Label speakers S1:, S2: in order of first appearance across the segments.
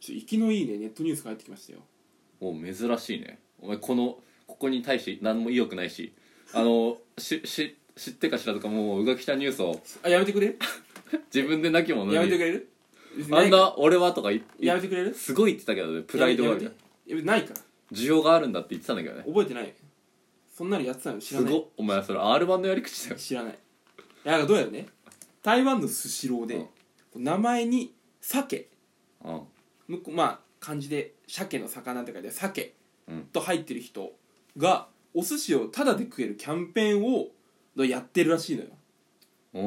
S1: ちょっと生きのいいねネットニュースが入ってきましたよ
S2: お珍しいねお前このここに対して何も意欲ないしあの しし知ってか知らずかもううがきたニュースを
S1: あやめてくれ
S2: 自分でなきもの
S1: やめてく
S2: に
S1: れる
S2: あんな俺はとかい
S1: やめてくれる
S2: すごい言ってたけどねプライドが
S1: やめてやめてないから
S2: 需要があるんだって言ってたんだけどね
S1: 覚えてないそんなのやってたの知ら
S2: す
S1: ない
S2: ごっお前それ R 版のやり口だよ
S1: 知らないいやなんかどうやらね台湾のスシローで、名前に「鮭
S2: うん」
S1: 向こうまあ漢字で「鮭の魚」って書いて「鮭
S2: うん」
S1: と入ってる人がお寿司をタダで食えるキャンペーンをやってるらしいのよ
S2: う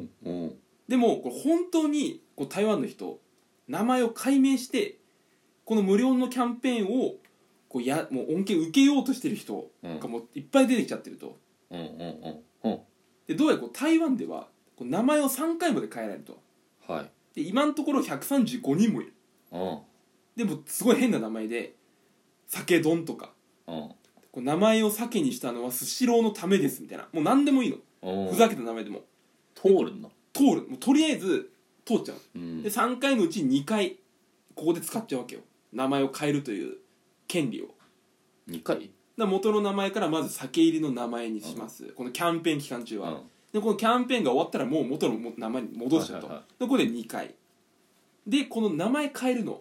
S2: んうん
S1: でもこれ本当にこう台湾の人名前を改名してこの無料のキャンペーンをこうやもう恩恵受けようとしてる人がもういっぱい出てきちゃってると
S2: うんうんうんうん
S1: でどうやらこう台湾ではこう名前を3回まで変えられると
S2: はい
S1: で今のところ135人もいる
S2: うん
S1: でもすごい変な名前で「酒丼」とか
S2: うん
S1: こう名前を酒にしたのはスシローのためですみたいなもう何でもいいの
S2: うん
S1: ふざけた名前でも
S2: 通るんだ
S1: 通るもうとりあえず通っちゃう
S2: うん
S1: で3回のうち2回ここで使っちゃうわけよ名前を変えるという権利をだか
S2: 2回
S1: ら元の名前からまず酒入りの名前にします、このキャンペーン期間中
S2: う
S1: は、
S2: ん
S1: でこのキャンペーンが終わったらもう元の名前に戻しちゃうと、
S2: はいはいは
S1: でここで2回でこの名前変えるの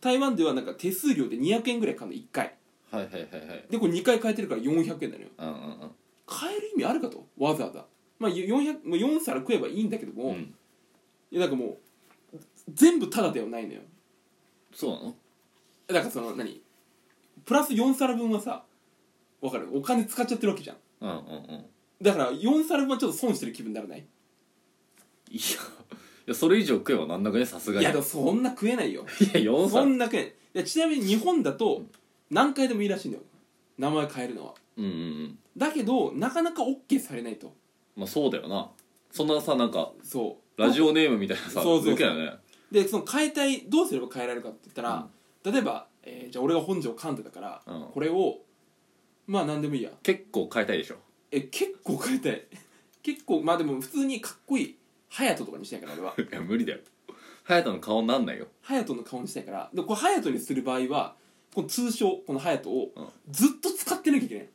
S1: 台湾ではなんか手数料で200円ぐらいかかるの1回
S2: はいはいはいはい
S1: でこれ2回変えてるから400円なのよ
S2: うんうんうん
S1: 変える意味あるかとわざわざまあ400もう4皿食えばいいんだけども、
S2: うん
S1: いやなんかもう全部タダではないのよ
S2: そうなの
S1: だからその何プラス4皿分はさわかるお金使っちゃってるわけじゃん
S2: うんうんうん
S1: だから4皿分はちょっと損してる気分にならないい
S2: いやいやそれ以上食えばなんなくねさすがにい
S1: や
S2: や
S1: でもそんな食えないよ
S2: 4
S1: そ
S2: 歳
S1: んな食えないいやちなみに日本だと何回でもいいらしいんだよ名前変えるのは
S2: うんうんうん
S1: だけどなかなか OK されないと
S2: まあそうだよなそんなさなんか
S1: そ
S2: ラジオネームみたいなさ
S1: そうそうそう
S2: 受けだよね
S1: うでその変えたいどうすれば変えられるかって言ったら、例えば、えーじゃあ俺が本庄勘太だから、
S2: うん
S1: これをまあ何でもいいや
S2: 結構変えたいでしょ
S1: え結構変えたい結構まあでも普通にかっこいい隼人とかにしないから俺はい
S2: や無理だよ隼人の顔になんないよ
S1: 隼人の顔にしたいからでこれ隼人にする場合はこの通称この隼人
S2: うん
S1: をずっと使ってなきゃいけない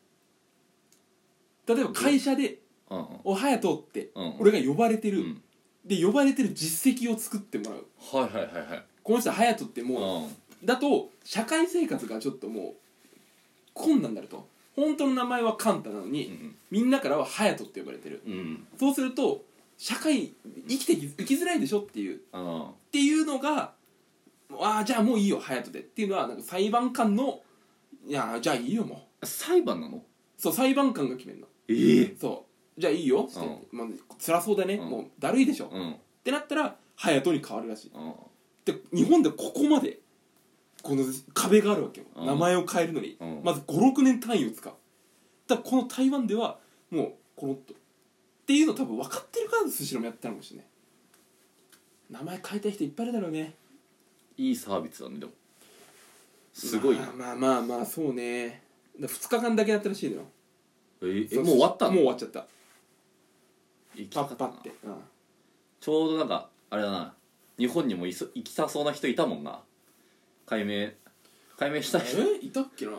S1: 例えば会社で
S2: うんうん
S1: 「お隼人」って
S2: うん
S1: 俺が呼ばれてる、
S2: うん
S1: で呼ばれてる実績を作ってもらう
S2: はいはいはいはい
S1: この人隼人って
S2: う
S1: も
S2: ん
S1: うだと社会生活がちょっともう困難になると本当の名前はカンタなのに、
S2: うん
S1: みんなからは隼人って呼ばれてる
S2: うん
S1: そうすると社会生きてき生きづらいでしょっていう
S2: うん
S1: っていうのが「ああじゃあもういいよ隼人で」っていうのはなんか裁判官の「いやーじゃあいいよも
S2: 裁判なの
S1: う」そう裁判官が決めるの
S2: ええ
S1: そう「じゃあいいよ」って、
S2: う
S1: まあ、辛そうだね、
S2: うん
S1: もうだるいでしょ、
S2: う
S1: っ
S2: ん
S1: てなったら隼人に変わるらしい
S2: うん
S1: で日本でここまでこの壁があるわけよ、
S2: うん
S1: 名前を変えるのに、
S2: うん
S1: まず56年単位を使うだからこの台湾ではもうコロッとっていうの多分分かってるからスシローもやってたのかもしれない名前変えたい人いっぱいいるだろうね
S2: いいサービスだねでもすごいね
S1: まあまあまあまあそうねだ2日間だけやったらしいのよ
S2: ええもう終わったの
S1: もう終わっちゃった
S2: 行き
S1: パ
S2: た
S1: ッパ
S2: かた
S1: っ
S2: な
S1: て、うん
S2: ちょうどなんかあれだな日本にもいそ行きたそうな人いたもんな解明解明したい人
S1: えいたっけな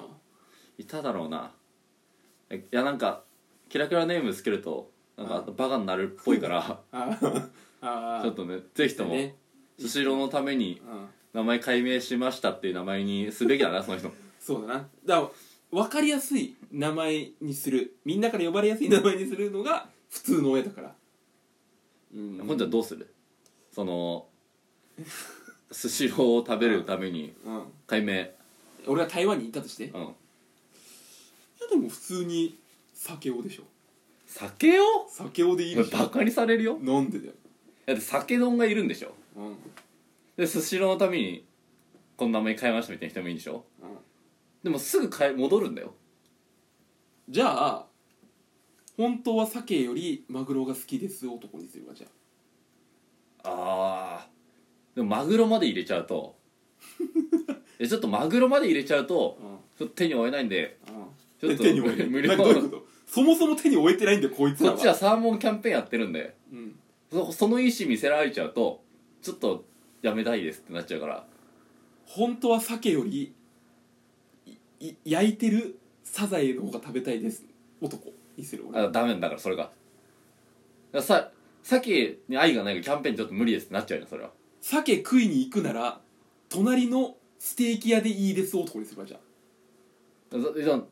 S1: い
S2: ただろうないやなんかキラキラネームつけるとなんかバカになるっぽいから
S1: あーあー
S2: ちょっとねぜひとも
S1: ね
S2: スシローのために
S1: うん、
S2: 名前解明しましたっていう名前にすべきだなその人
S1: そうだなだから分かりやすい名前にするみんなから呼ばれやすい名前にするのが普通の親だからうん
S2: ほんじゃどうするそのスシローを食べるために
S1: うん、
S2: 解明
S1: 俺が台湾に行ったとして、いや
S2: うん
S1: でも普通に酒をでしょ
S2: 酒を
S1: 酒をでいいでし
S2: バ
S1: ょ
S2: カにされるよ
S1: なんでだよ、
S2: だって酒丼がいるんでしょ
S1: うんうん、
S2: でスシローのためにこの名前変えましたみたいな人もいいんでしょでもすぐ変え戻るんだよ
S1: じゃあ本当は鮭よりマグロが好きです男にするわじゃあ
S2: あーでもマグロまで入れちゃう とえちょっとマグロまで入れちゃうとちょっと手に負えないんでちょっと
S1: 手に負えない
S2: 無
S1: な
S2: 料
S1: どういうことそもそも手に負えてないんだよこいつ
S2: こ
S1: ら
S2: っ
S1: は
S2: ちはサーモンキャンペーンやってるんで
S1: うん、
S2: そその意思見せられちゃうとちょっとやめたいですってなっちゃうから
S1: 本当は鮭よりいい焼いてるサザエの方が食べたいです男にする俺
S2: あダメなんだからそれがだからさ鮭に愛がないからキャンペーンちょっと無理ですってなっちゃうよそれは
S1: 鮭食いに行くなら隣のステーキ屋でいいです男にすればじゃあ
S2: だじゃあ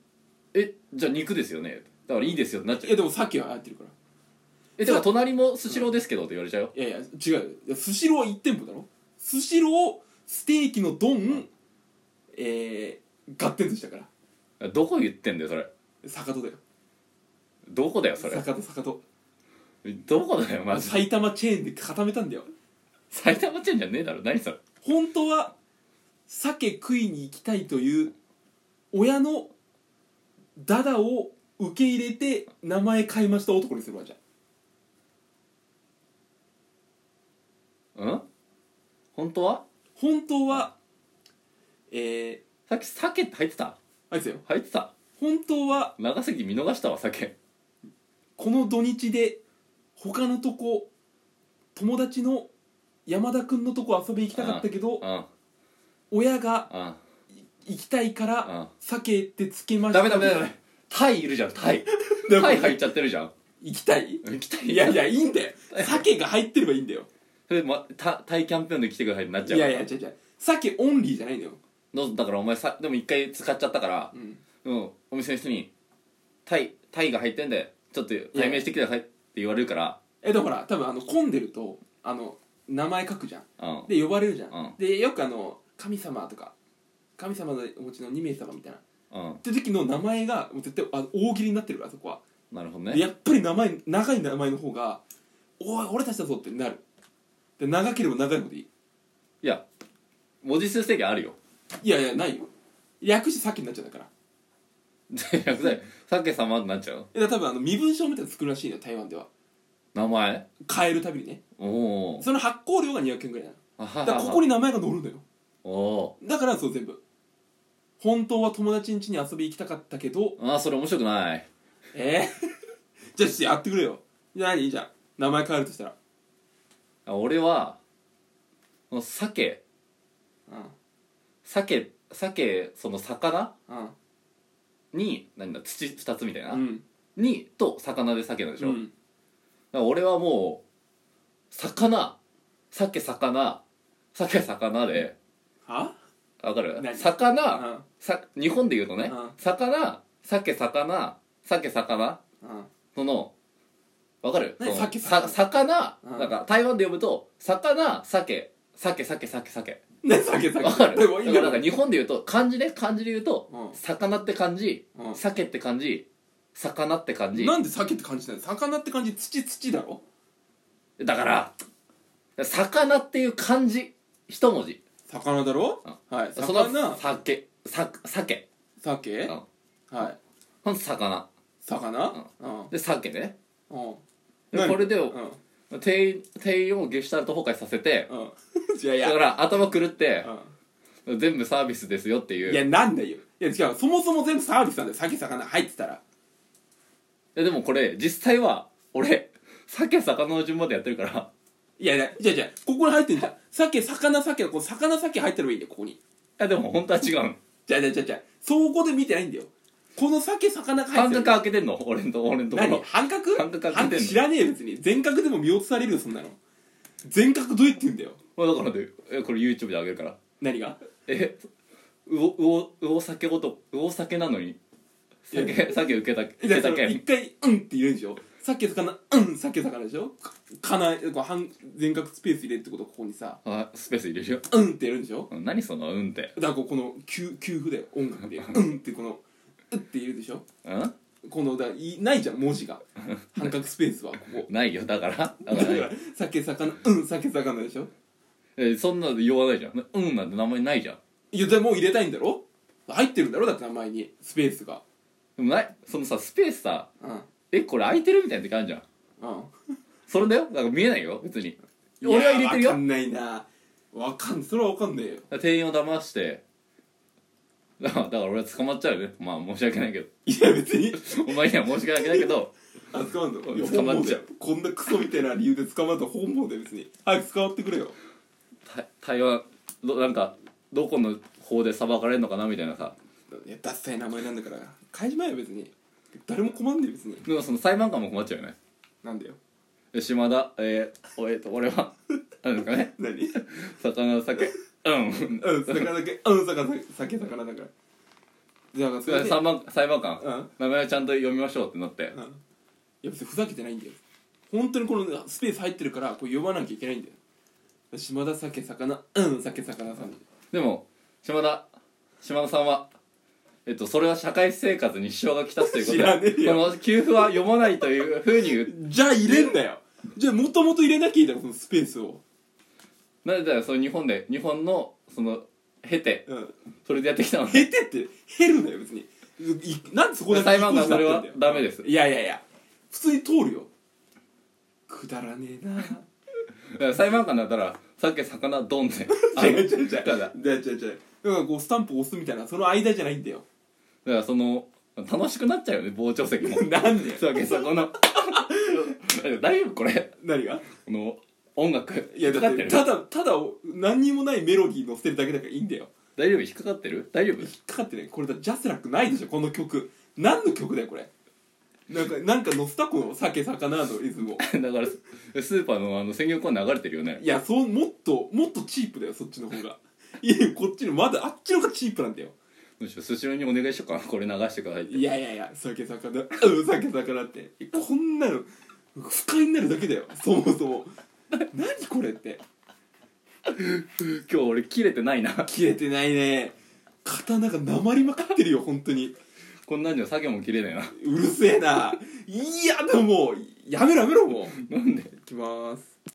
S2: えじゃあ肉ですよねだからいいですよってなっち
S1: い
S2: ゃ
S1: や
S2: う
S1: でも鮭はやってるから
S2: えだから隣もスシローですけどって言われちゃうよ
S1: いやいや違うよいやスシローは1店舗だろスシローステーキの丼、えー、ガッテンとしたから
S2: どこ言ってんだよそれ
S1: 坂戸だよ
S2: どこだよそれ
S1: 坂戸坂戸
S2: どこだよマジで
S1: 埼玉チェーンで固めたんだよ
S2: 埼玉チェーンじゃねえだろ何それ
S1: 本当は鮭食いに行きたいという親のダダを受け入れて名前変えました男にするわじゃ
S2: うん本当は
S1: 本当はえー、
S2: さっき鮭って入ってた
S1: あいつだよ
S2: 入ってた
S1: 本当は
S2: 長崎見逃したわ鮭
S1: この土日で他のとこ友達の山田君のとこ遊び行きたかったけど
S2: うん
S1: 親が
S2: うん
S1: 行きたいか
S2: うん
S1: ら鮭ってつけました
S2: ダメダメダメタイいるじゃんタ イ
S1: ダメ
S2: タイ入っちゃってるじゃん
S1: 行きたい
S2: 行きたい
S1: いやいやいいんだよ鮭が入ってればいいんだよ
S2: それ、ま、タタイキャンペーンで来てくださいってなっ
S1: い
S2: ちゃう
S1: や
S2: から
S1: いや違う違う鮭オンリーじゃないのよ
S2: どうぞだからお前さでも一回使っちゃったから
S1: うん
S2: うんお店の人にタイタイが入ってんでちょっと解明してきてくださいって言われるから
S1: えだから多分あの混んでるとあの名前書くじゃん
S2: うん
S1: で呼ばれるじゃん、
S2: うん
S1: でよくあの神様とか神様のお持ちの2名様みたいなっ
S2: うん
S1: て時の名前がもう絶対あの大喜利になってるからそこは
S2: なるほど
S1: で
S2: ね
S1: やっぱり名前長い名前の方が「おい俺たちだぞ」ってなるで長ければ長いほどいい
S2: いや文字数制限あるよ
S1: いやいやないよ訳して鮭になっちゃうんだから
S2: 逆だよさけ様ってなっちゃう
S1: えだから多分あの身分証みたいなの作るらしいのよ台湾では
S2: 名前
S1: 変えるたびにね
S2: おお
S1: その発行量が200円ぐらいなの
S2: だ
S1: だからここに名前が載るのよ
S2: おお
S1: だからそう全部本当は友達ん家に遊び行きたかったけど
S2: ーあーそれ面白くない
S1: えー、じゃあちょっとやってくれよじゃあ何じゃあ名前変えるとしたら
S2: あ俺はこの鮭
S1: う
S2: 鮭鮭その魚
S1: んうん
S2: に何だ土2つみたいな、
S1: うん
S2: にと魚で鮭なんでしょ、
S1: う
S2: だか
S1: ん
S2: ら俺はもう魚鮭魚鮭魚で
S1: は
S2: わかる
S1: 何う
S2: 魚
S1: ん
S2: さ日本で言うとね
S1: うん
S2: 魚鮭魚鮭魚
S1: うん
S2: そのわかる
S1: 何
S2: その
S1: 鮭
S2: さ魚
S1: うん
S2: なんか台湾で呼ぶと魚鮭鮭鮭鮭鮭
S1: ね酒酒
S2: わか
S1: で
S2: る
S1: もいい
S2: だ
S1: ん
S2: か
S1: だ
S2: らな
S1: ろ
S2: んか日本で言うと漢字ね漢字で言うと
S1: うん
S2: 魚って漢字
S1: うん
S2: 鮭って漢字魚って漢字
S1: なんで鮭って感じなの魚って感じ土土だろ
S2: だから魚っていう漢字一文字
S1: 魚だろはい
S2: その
S1: 魚
S2: 鮭さ鮭
S1: 鮭
S2: うん
S1: はい
S2: ほんと魚
S1: 魚うん
S2: で鮭ね
S1: うん
S2: でこれで
S1: うんうん
S2: 店員店員をゲシュタルト崩壊させて
S1: いやい
S2: だ
S1: や
S2: から頭狂って
S1: う
S2: 全部サービスですよってい
S1: ん
S2: う
S1: いやなんだよいや違うそもそも全部サービスなんだよ鮭魚入ってたら
S2: いやでもこれ実際は俺鮭魚の順番でやってるから
S1: いやいやじゃじゃここに入ってんじゃん鮭魚鮭こう魚鮭入ってればいいんだよここに
S2: いやでも本当は違うん
S1: じゃじゃじゃじゃそこで見てないんだよこの鮭魚が入っ
S2: 感
S1: てる
S2: 覚開けてんの俺んと俺んとこ
S1: 何
S2: ろ
S1: 半角
S2: 半角開けてんの
S1: 半角知らねえよ別に全角でも見落とされるよそんなの全角どうやって言うんだよ
S2: まあだからでえこれ YouTube で上げるから
S1: 何が
S2: えうおうおうお酒ごとうお酒なのに酒酒受けた受
S1: じゃ
S2: け
S1: あそ
S2: た
S1: の
S2: け
S1: 一
S2: ん
S1: 回「うん」って言えるでしょさっき魚「うん」さっき魚でしょかかなこう半全角スペース入れるってことはここにさ
S2: あスペース入れるよ
S1: 「うん」ってやるんでしょ
S2: うん何そのうんって
S1: だからこうこの休休符だよ音 楽で「うん」ってこの「う」って入れるでしょ
S2: うん
S1: このだからいないじゃん文字が半角スペースはここ
S2: ないよだからだ
S1: だ
S2: か
S1: かららさっき魚「うん」さっき魚でしょ
S2: えそんなの言わないじゃんうんなんて名前ないじゃん
S1: いやでももう入れたいんだろ入ってるんだろだって名前にスペースが
S2: でもないそのさスペースさ
S1: うんうん
S2: えこれ空いてるみたいな時あるじゃんそれだよだから見えないよ別に俺は入れてる
S1: いや
S2: よ
S1: わかんないなわかんそれはわかんねえよ
S2: 店員を騙してだからだから俺は捕まっちゃうよねまあ申し訳ないけど
S1: いや別に
S2: お前には申し訳ないけど
S1: あ捕まんの
S2: いや捕まっちゃ
S1: 本望
S2: う
S1: だよこんなクソみたいな理由で捕まったら本望で別に早く捕まってくれよ
S2: た台湾どなんかどこの法で裁かれるのかなみたいなさ
S1: いやダッサい名前なんだから返しまえよ別に誰も困んねえ別に
S2: でもその裁判官も困っちゃうよね
S1: なんだよ
S2: で島田えー、おえー、と俺はなんですかね
S1: 何
S2: 魚酒うん
S1: うん魚だ けうん魚酒酒魚だからじゃあそ
S2: それ
S1: れ
S2: で
S1: で
S2: 裁判裁判官、
S1: うん
S2: 名前をちゃんと読みましょうってなって、
S1: うんいや別にふざけてないんだよ本当にこのスペース入ってるからこう読まなきゃいけないんだよ島田酒魚うん酒魚さん
S2: でも島田島田さんはえっと、それは社会生活に支障が来たということ
S1: 知らねえ
S2: で
S1: よ
S2: この給付は読まないというふうに言う
S1: じゃあ入れんなよじゃあもともと入れなきゃいいだろそのスペースを
S2: なんでだよその日本で日本のその経て
S1: うん
S2: それでやってきたの
S1: 減ってって減るなよ別にいなんでそこだけ
S2: 裁判官
S1: 移行しなきゃいけないんだよ
S2: それはダメです
S1: いやいやいや普通に通るよくだらねえな
S2: だから裁判官だったらさっき魚ドンって あ
S1: 違う違う違う
S2: だからだか
S1: 違う違う違うだからこうスタンプ押すみたいなその間じゃないんだよ
S2: らその楽しくなっちゃうよね傍聴席も
S1: なんでよ
S2: さっき魚 大丈夫これ
S1: 何が
S2: この音楽
S1: いや
S2: 引
S1: だ
S2: っかか
S1: っ
S2: って
S1: て
S2: る
S1: ただただ何にもないメロディー乗せてるだけだからいいんだよ
S2: 大丈夫引っかかってる大丈夫
S1: 引っかかってねこれだジャスラックないでしょこの曲何の曲だよこれなんかなんか乗せたこの酒魚のリズムを
S2: だからススーパーのあの鮮魚コーナー流れてるよね
S1: いやそうもっともっとチープだよそっちの方がいやこっちのまだあっちの方がチープなんだよ
S2: むしろスシローにお願いしようかなこれ流してくださいって
S1: いやいやいや酒魚 うん酒魚ってこんなの不快になるだけだよそもそも何これって
S2: 今日俺切れてない な
S1: 切れてないね刀がなまりまくってるよ本当に
S2: こんなんじゃ作業も切れないな
S1: うるせえないやでももうやめろやめろもう
S2: なんで
S1: いきます